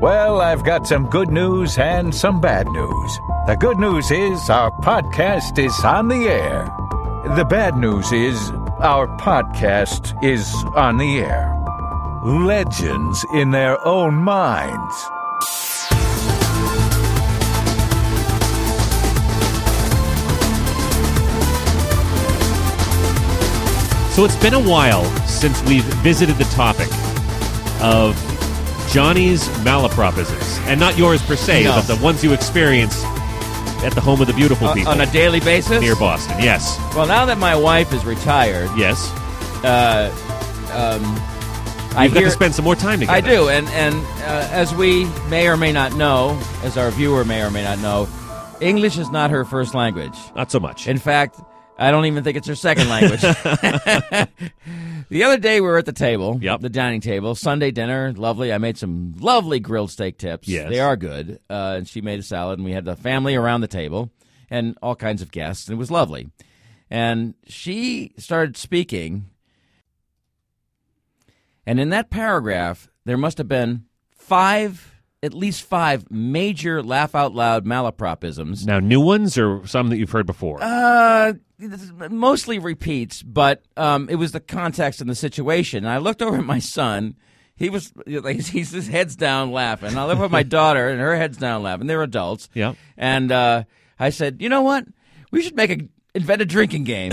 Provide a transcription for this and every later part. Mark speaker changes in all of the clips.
Speaker 1: Well, I've got some good news and some bad news. The good news is our podcast is on the air. The bad news is our podcast is on the air. Legends in their own minds.
Speaker 2: So it's been a while since we've visited the topic of Johnny's malapropisms, and not yours per se,
Speaker 3: No.
Speaker 2: but the ones you experience at the home of the beautiful
Speaker 3: Uh,
Speaker 2: people
Speaker 3: on a daily basis.
Speaker 2: near Boston. Yes,
Speaker 3: Well, now that my wife is retired,
Speaker 2: yes.
Speaker 3: I
Speaker 2: You've got
Speaker 3: hear,
Speaker 2: to spend some more time together.
Speaker 3: I do, and and uh, as we may or may not know, as our viewer may or may not know, English is not her first language.
Speaker 2: Not so much.
Speaker 3: In fact, I don't even think it's her second language. the other day we were at the table,
Speaker 2: Yep.
Speaker 3: the dining table, Sunday dinner, lovely. I made some lovely grilled steak tips.
Speaker 2: Yes.
Speaker 3: They are good. Uh, and she made a salad, and we had the family around the table and all kinds of guests, and it was lovely. And she started speaking, and in that paragraph, there must have been five, at least five major laugh out loud malapropisms.
Speaker 2: now, new ones or some that you've heard before?
Speaker 3: Uh, mostly repeats, but um, it was the context and the situation. And I looked over at my son. He was like, he's his head's down laughing. I looked over at my daughter, and her head's down laughing. They're adults.
Speaker 2: Yeah.
Speaker 3: And uh, I said, you know what? We should make a invent a drinking game.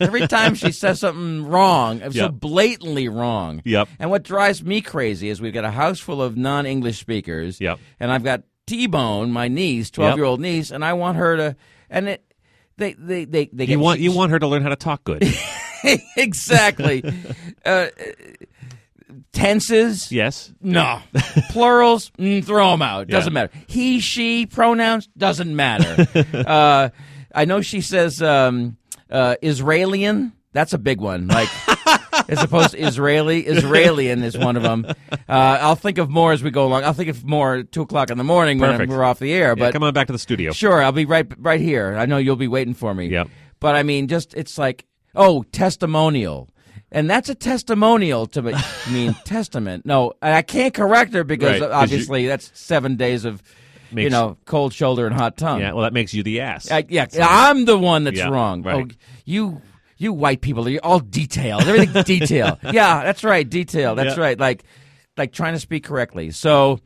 Speaker 3: Every time she says something wrong,
Speaker 2: Yeah.
Speaker 3: so blatantly wrong.
Speaker 2: Yep.
Speaker 3: And what drives me crazy is we've got a house full of non-English speakers.
Speaker 2: Yep.
Speaker 3: And I've got T-Bone, my niece, twelve-year-old niece, and I want her to. And it, they, they, they, they
Speaker 2: you
Speaker 3: get,
Speaker 2: want you want her to learn how to talk good.
Speaker 3: exactly. uh, tenses,
Speaker 2: yes.
Speaker 3: no. Plurals, mm, throw them out. Doesn't
Speaker 2: Yeah.
Speaker 3: matter. He, she, pronouns, doesn't matter. uh, I know she says um, uh, Israelian. That's a big one. Like, as opposed to Israeli, Israelian is one of them. Uh, I'll think of more as we go along. I'll think of more at 2 o'clock in the morning when
Speaker 2: Perfect.
Speaker 3: we're off the air.
Speaker 2: Yeah,
Speaker 3: But
Speaker 2: come on back to the studio.
Speaker 3: Sure, I'll be right right here. I know you'll be waiting for me.
Speaker 2: Yep.
Speaker 3: But I mean, just it's like oh, testimonial, and that's a testimonial to me. I mean, testament. No, and I can't correct her because
Speaker 2: Right, 'cause you-
Speaker 3: obviously that's seven days of you
Speaker 2: Makes-
Speaker 3: know cold shoulder and hot tongue.
Speaker 2: Yeah. Well, that makes you the ass.
Speaker 3: I, yeah, I'm the one that's
Speaker 2: Yeah,
Speaker 3: wrong.
Speaker 2: right.
Speaker 3: Oh, you you white people, you're all detailed. Everything detail. Yeah, that's right, detail. That's
Speaker 2: Yeah.
Speaker 3: right. Like like trying to speak correctly. So.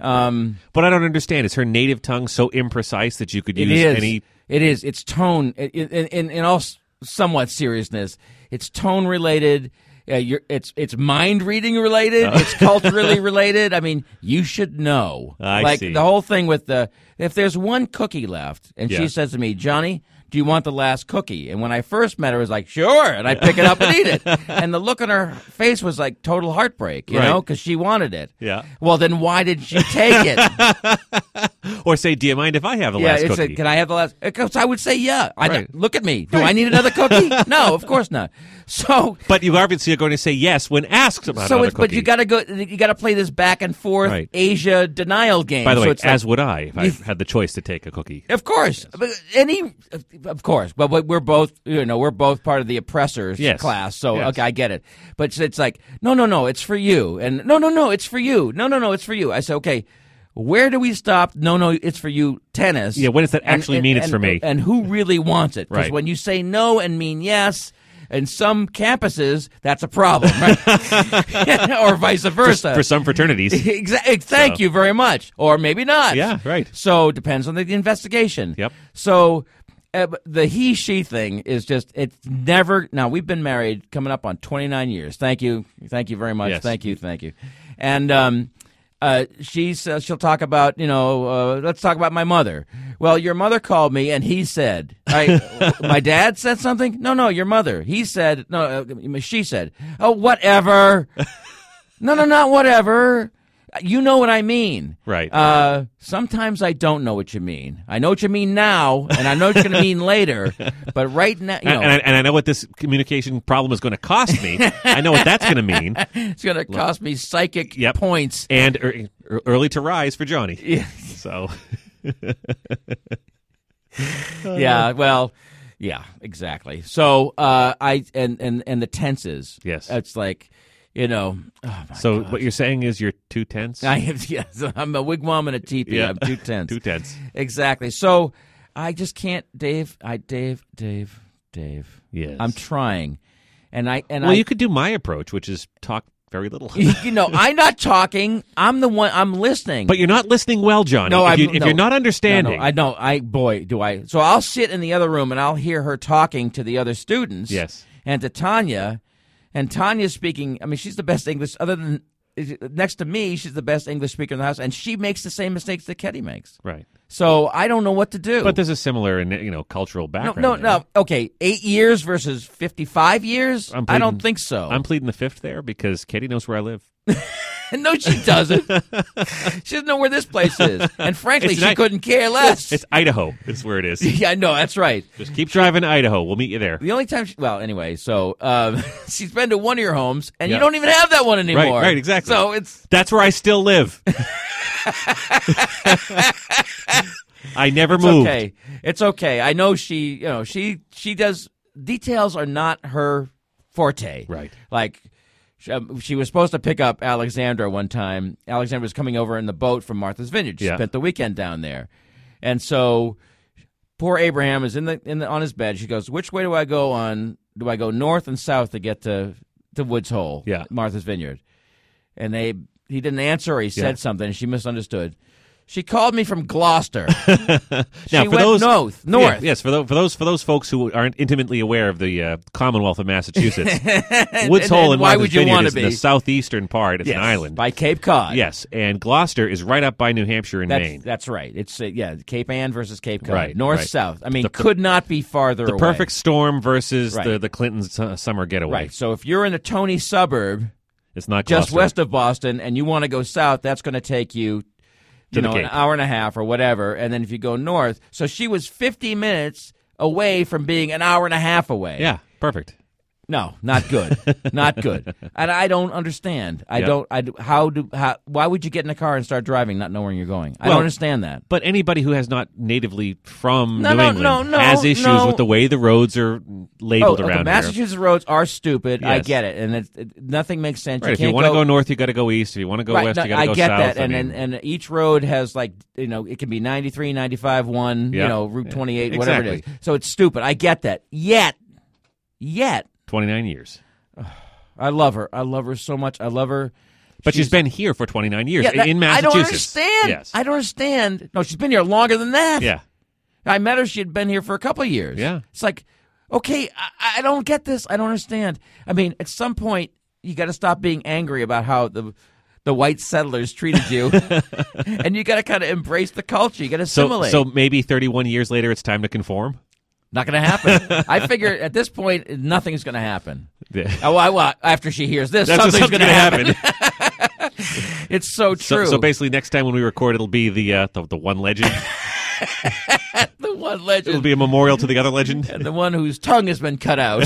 Speaker 3: Um,
Speaker 2: but I don't understand. Is her native tongue so imprecise that you could use
Speaker 3: It is.
Speaker 2: any?
Speaker 3: It is. It's tone. i- i- In in, in all s- somewhat seriousness, it's tone related. Uh, you're, it's it's mind reading related.
Speaker 2: Uh.
Speaker 3: It's culturally related. I mean, you should know.
Speaker 2: I
Speaker 3: like
Speaker 2: see.
Speaker 3: the whole thing with the if there's one cookie left, and
Speaker 2: Yeah.
Speaker 3: she says to me, Johnny. Do you want the last cookie? And when I first met her, I was like, sure. And I pick it up and eat it. And the look on her face was like total heartbreak, you
Speaker 2: Right.
Speaker 3: know, because she wanted it.
Speaker 2: Yeah.
Speaker 3: Well, then why did she take it?
Speaker 2: Or say, do you mind if I have the
Speaker 3: Yeah,
Speaker 2: last
Speaker 3: it's
Speaker 2: cookie?
Speaker 3: A, can I have the last? Because I would say yeah. I
Speaker 2: Right.
Speaker 3: look at me. Do I need another cookie? no, of course not. So,
Speaker 2: But you obviously are going to say yes when asked about
Speaker 3: so
Speaker 2: another
Speaker 3: it's, but
Speaker 2: cookie.
Speaker 3: you got to go. You got to play this back and forth
Speaker 2: Right.
Speaker 3: Asia denial game.
Speaker 2: By the
Speaker 3: so
Speaker 2: way,
Speaker 3: it's like-
Speaker 2: as would I if I had the choice to take a cookie.
Speaker 3: of course, But any, of course. But we- we're both, you know, we're both part of the oppressors
Speaker 2: Yes.
Speaker 3: class. So
Speaker 2: Yes.
Speaker 3: okay, I get it. But it's, it's like, no, no, no, it's for you, and no, no, no, it's for you. No, no, no, it's for you. I say, okay. Where do we stop? No, no, it's for you. Tennis.
Speaker 2: Yeah, what does that actually mean it's for me?
Speaker 3: And who really wants it? Because
Speaker 2: Right.
Speaker 3: when you say no and mean yes, in some campuses, that's a problem, right? or vice versa.
Speaker 2: For some fraternities.
Speaker 3: Exactly. eh, Thank you very much, or maybe not.
Speaker 2: Yeah, right.
Speaker 3: So depends on the investigation.
Speaker 2: Yep.
Speaker 3: So uh, but the he she thing is just it's never. Now we've been married coming up on twenty nine years. Thank you, thank you very much.
Speaker 2: Yes.
Speaker 3: Thank you, thank you. And um, uh, she says she'll talk about you know uh, let's talk about my mother. Well, your mother called me and he said, I, my dad said something. No, no, your mother. He said no. Uh, she said, oh whatever. No, no, not whatever. You know what I mean.
Speaker 2: Right.
Speaker 3: Uh, sometimes I don't know what you mean. I know what you mean now, and I know what you're going to mean later. But right now, you know,
Speaker 2: and, and I, and I know what this communication problem is going to cost me. I know what that's going to mean.
Speaker 3: it's going to cost me psychic
Speaker 2: Yep.
Speaker 3: points.
Speaker 2: And ear- ear- early to rise for Johnny. So Oh,
Speaker 3: yeah. Well. Yeah. Exactly. So uh, I and and and the tenses.
Speaker 2: Yes.
Speaker 3: It's like. you know. Oh my
Speaker 2: So what you're saying is you're two tenths.
Speaker 3: I am, yes, I'm a wigwam and a teepee.
Speaker 2: Yeah.
Speaker 3: I'm two tenths.
Speaker 2: two tenths.
Speaker 3: Exactly. So I just can't, Dave. I, Dave, Dave, Dave.
Speaker 2: Yes.
Speaker 3: I'm trying, and I and
Speaker 2: well,
Speaker 3: I.
Speaker 2: you could do my approach, which is talk very little.
Speaker 3: you know, I'm not talking. I'm the one. I'm listening.
Speaker 2: but you're not listening well, Johnny.
Speaker 3: No,
Speaker 2: if,
Speaker 3: I'm-
Speaker 2: you, if
Speaker 3: no.
Speaker 2: you're not
Speaker 3: No,
Speaker 2: understanding,
Speaker 3: No, I know. I boy, do I. So I'll sit in the other room and I'll hear her talking to the other students.
Speaker 2: Yes.
Speaker 3: And to Tanya, and Tanya's speaking. I mean, she's the best English. Other than next to me, she's the best English speaker in the house, and she makes the same mistakes that Ketty makes.
Speaker 2: right.
Speaker 3: So I don't know what to do.
Speaker 2: But there's a similar, you know, cultural
Speaker 3: no,
Speaker 2: background.
Speaker 3: no,
Speaker 2: there.
Speaker 3: no. Okay, eight years versus fifty-five years.
Speaker 2: I'm
Speaker 3: I don't
Speaker 2: pleading-
Speaker 3: think so.
Speaker 2: I'm pleading the fifth there because Katie knows where I live.
Speaker 3: no, she doesn't. she doesn't know where this place is, and frankly,
Speaker 2: It's
Speaker 3: she
Speaker 2: not-
Speaker 3: couldn't care less.
Speaker 2: It's Idaho. It's where it is.
Speaker 3: yeah, I know. That's right.
Speaker 2: Just keep driving to Idaho. We'll meet you there.
Speaker 3: The only time, she, well, anyway, so um, she's been to one of your homes, and you
Speaker 2: Yeah.
Speaker 3: don't even have that one anymore.
Speaker 2: right, exactly.
Speaker 3: So it's
Speaker 2: That's where I still live. I never moved.
Speaker 3: okay. It's okay. I know she, you know, she she does details are not her forte.
Speaker 2: Right.
Speaker 3: Like she, um, she was supposed to pick up Alexandra one time. Alexandra was coming over in the boat from Martha's Vineyard. She
Speaker 2: Yeah.
Speaker 3: spent the weekend down there, and so poor Abraham is in the in the on his bed. She goes, "Which way do I go on? Do I go north and south to get to to Woods Hole?
Speaker 2: Yeah.
Speaker 3: Martha's Vineyard." And they he didn't answer. or He said
Speaker 2: Yeah.
Speaker 3: something. and She misunderstood. She called me from Gloucester.
Speaker 2: Now,
Speaker 3: she
Speaker 2: for
Speaker 3: went
Speaker 2: those
Speaker 3: north,
Speaker 2: Yeah,
Speaker 3: north.
Speaker 2: yes, for those for those for those folks who aren't intimately aware of the uh, Commonwealth of Massachusetts, Woods
Speaker 3: and-
Speaker 2: Hole
Speaker 3: and
Speaker 2: and
Speaker 3: why
Speaker 2: Martha's
Speaker 3: would you
Speaker 2: Vineyard
Speaker 3: wanna
Speaker 2: is in the
Speaker 3: be?
Speaker 2: southeastern part. It's an island.
Speaker 3: by Cape Cod.
Speaker 2: yes, and Gloucester is right up by New Hampshire and
Speaker 3: that's
Speaker 2: Maine.
Speaker 3: that's right. It's uh, yeah, Cape Ann versus Cape Cod,
Speaker 2: Right,
Speaker 3: north
Speaker 2: right.
Speaker 3: south. I mean, could not be farther.
Speaker 2: the perfect storm versus
Speaker 3: Right.
Speaker 2: the the Clinton's uh, summer getaway.
Speaker 3: right. So if you're in a Tony suburb
Speaker 2: It's not
Speaker 3: just
Speaker 2: Gloucester.
Speaker 3: west of Boston and you want to go south, that's going to take you.
Speaker 2: the
Speaker 3: You know, an
Speaker 2: Cape.
Speaker 3: hour and a half or whatever, and then if you go north, so she was 50 minutes away from being an hour and a half away.
Speaker 2: Yeah, perfect.
Speaker 3: No, not good. not good. And I don't understand. I
Speaker 2: Yep.
Speaker 3: don't. I do- how do how why would you get in a car and start driving not knowing where you're going? I don't
Speaker 2: Well,
Speaker 3: understand that.
Speaker 2: But anybody who has not natively from
Speaker 3: No,
Speaker 2: New
Speaker 3: no,
Speaker 2: England
Speaker 3: no, no,
Speaker 2: has issues
Speaker 3: no.
Speaker 2: with the way the roads are labeled
Speaker 3: oh, okay,
Speaker 2: around here.
Speaker 3: Massachusetts roads are stupid. I
Speaker 2: Yes.
Speaker 3: get it, and it's it, nothing makes sense.
Speaker 2: Right, if
Speaker 3: can't
Speaker 2: you want to go, north, you got to go east. If you want to go
Speaker 3: right,
Speaker 2: west,
Speaker 3: no,
Speaker 2: you got to
Speaker 3: I
Speaker 2: go
Speaker 3: get
Speaker 2: south.
Speaker 3: that,
Speaker 2: I
Speaker 3: and,
Speaker 2: mean,
Speaker 3: and and each road has like you know it can be 93, 95, one, you
Speaker 2: Yeah.
Speaker 3: know Route
Speaker 2: Yeah.
Speaker 3: twenty eight, whatever it
Speaker 2: Exactly.
Speaker 3: is. So it's stupid. I get that. Yet, yet,
Speaker 2: 29 years.
Speaker 3: I love her. I love her so much. I love her.
Speaker 2: But she's been here for 29 years
Speaker 3: Yeah, that-
Speaker 2: in
Speaker 3: I
Speaker 2: Massachusetts.
Speaker 3: don't understand.
Speaker 2: Yes.
Speaker 3: I don't understand. No, she's been here longer than that.
Speaker 2: yeah.
Speaker 3: I met her. She had been here for a couple of years.
Speaker 2: Yeah.
Speaker 3: It's like, okay, I, I don't get this. I don't understand. I mean, at some point, you got to stop being angry about how the the white settlers treated you, and you got to kind of embrace the culture. You got to
Speaker 2: So,
Speaker 3: assimilate.
Speaker 2: so maybe 31 years later, it's time to conform.
Speaker 3: not going to happen. I figure at this point, nothing's going to happen.
Speaker 2: That's
Speaker 3: Oh, I, well, after she hears this,
Speaker 2: what's
Speaker 3: something's
Speaker 2: going to happen.
Speaker 3: It's so
Speaker 2: so,
Speaker 3: true.
Speaker 2: so basically, next time when we record, it'll be the uh, the, the one legend.
Speaker 3: the one
Speaker 2: it'll
Speaker 3: legend,
Speaker 2: be a memorial to the other legend.
Speaker 3: the one whose tongue has been cut out.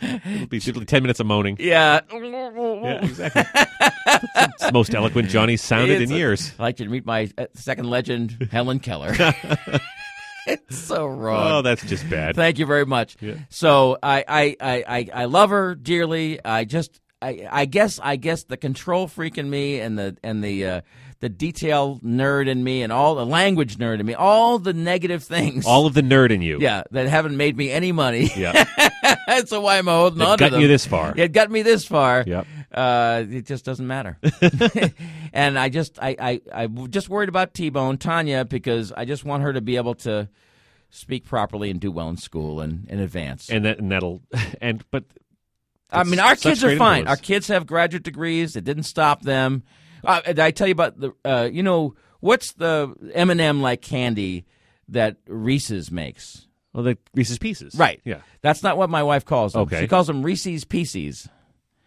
Speaker 2: It'll be simply 10 minutes of moaning.
Speaker 3: yeah.
Speaker 2: Yeah, exactly. It's the most eloquent Johnny sounded in
Speaker 3: It's-
Speaker 2: years.
Speaker 3: I'd like you to meet my uh, second legend, Helen Keller. it's so wrong.
Speaker 2: Oh, that's just bad.
Speaker 3: Thank you very much. So I, I, I, I, I love her dearly. I just I, I guess I guess the control freak in me and the and the uh, the detail nerd in me and all the language nerd in me, all the negative things.
Speaker 2: All of the nerd in you.
Speaker 3: yeah, that haven't made me any money.
Speaker 2: Yeah.
Speaker 3: That's why I'm holding
Speaker 2: That
Speaker 3: on to
Speaker 2: got
Speaker 3: them.
Speaker 2: you this far.
Speaker 3: It got me this far.
Speaker 2: Yep.
Speaker 3: Uh, it just doesn't matter. and I just, I, I, I'm just worried about T-Bone Tanya because I just want her to be able to speak properly and do well in school and in advance.
Speaker 2: And that and that'll and but
Speaker 3: I mean, our
Speaker 2: It's such
Speaker 3: kids are
Speaker 2: great
Speaker 3: fine.
Speaker 2: influence.
Speaker 3: Our kids have graduate degrees. It didn't stop them. Uh, and I tell you about the, uh, you know, what's the M&M like candy that Reese's makes?
Speaker 2: well the Reese's pieces.
Speaker 3: Right.
Speaker 2: Yeah.
Speaker 3: That's not what my wife calls them.
Speaker 2: Okay.
Speaker 3: She calls them Reese's Pieces.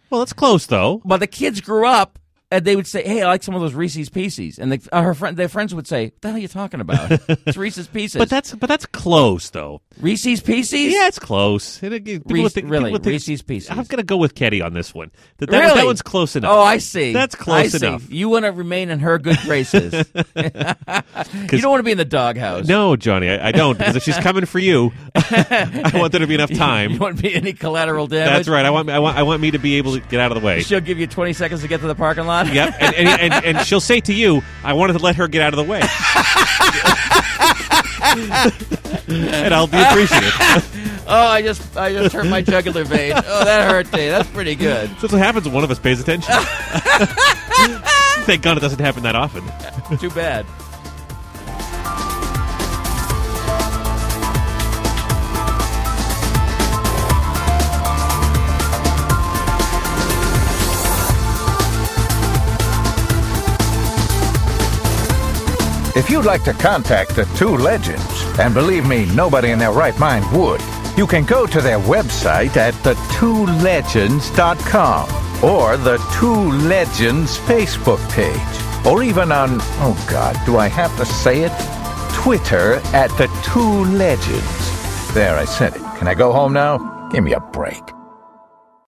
Speaker 2: Well, that's close though.
Speaker 3: Well, the kids grew up and they would say, "Hey, I like some of those Reese's Pieces," and the, uh, her friend, their friends would say, "What the hell are you talking about? it's Reese's Pieces."
Speaker 2: But that's but that's close though.
Speaker 3: Reese's Pieces.
Speaker 2: Yeah, it's close. It- it- people
Speaker 3: Reese-
Speaker 2: would think- people
Speaker 3: really,
Speaker 2: would think-
Speaker 3: Reese's Pieces.
Speaker 2: I'm gonna go with Ketty on this one. That, that,
Speaker 3: really?
Speaker 2: that one's close enough.
Speaker 3: Oh, I see.
Speaker 2: That's close
Speaker 3: I see.
Speaker 2: enough.
Speaker 3: You want to remain in her good graces. you don't want to be in the doghouse.
Speaker 2: No, Johnny, I, I don't because if she's coming for you, I want there to be enough
Speaker 3: You
Speaker 2: time.
Speaker 3: want to be any collateral damage.
Speaker 2: That's right. I want I want I want me to be able to get out of the way.
Speaker 3: She'll give you 20 seconds to get to the parking lot.
Speaker 2: Yep, and, and, and, and she'll say to you, "I wanted to let her get out of the way," and I'll be appreciative.
Speaker 3: Oh, I just I just hurt my jugular vein. Oh, that hurt me. That's pretty good.
Speaker 2: That's what happens when one of us pays attention. Thank God it doesn't happen that often.
Speaker 3: Too bad.
Speaker 1: If you'd like to contact the two legends, and believe me, nobody in their right mind would, you can go to their website at thetwolegends.com or the Two Legends Facebook page, or even on, oh God, do I have to say it? Twitter at the Two Legends. There, I said it. Can I go home now? Give me a break.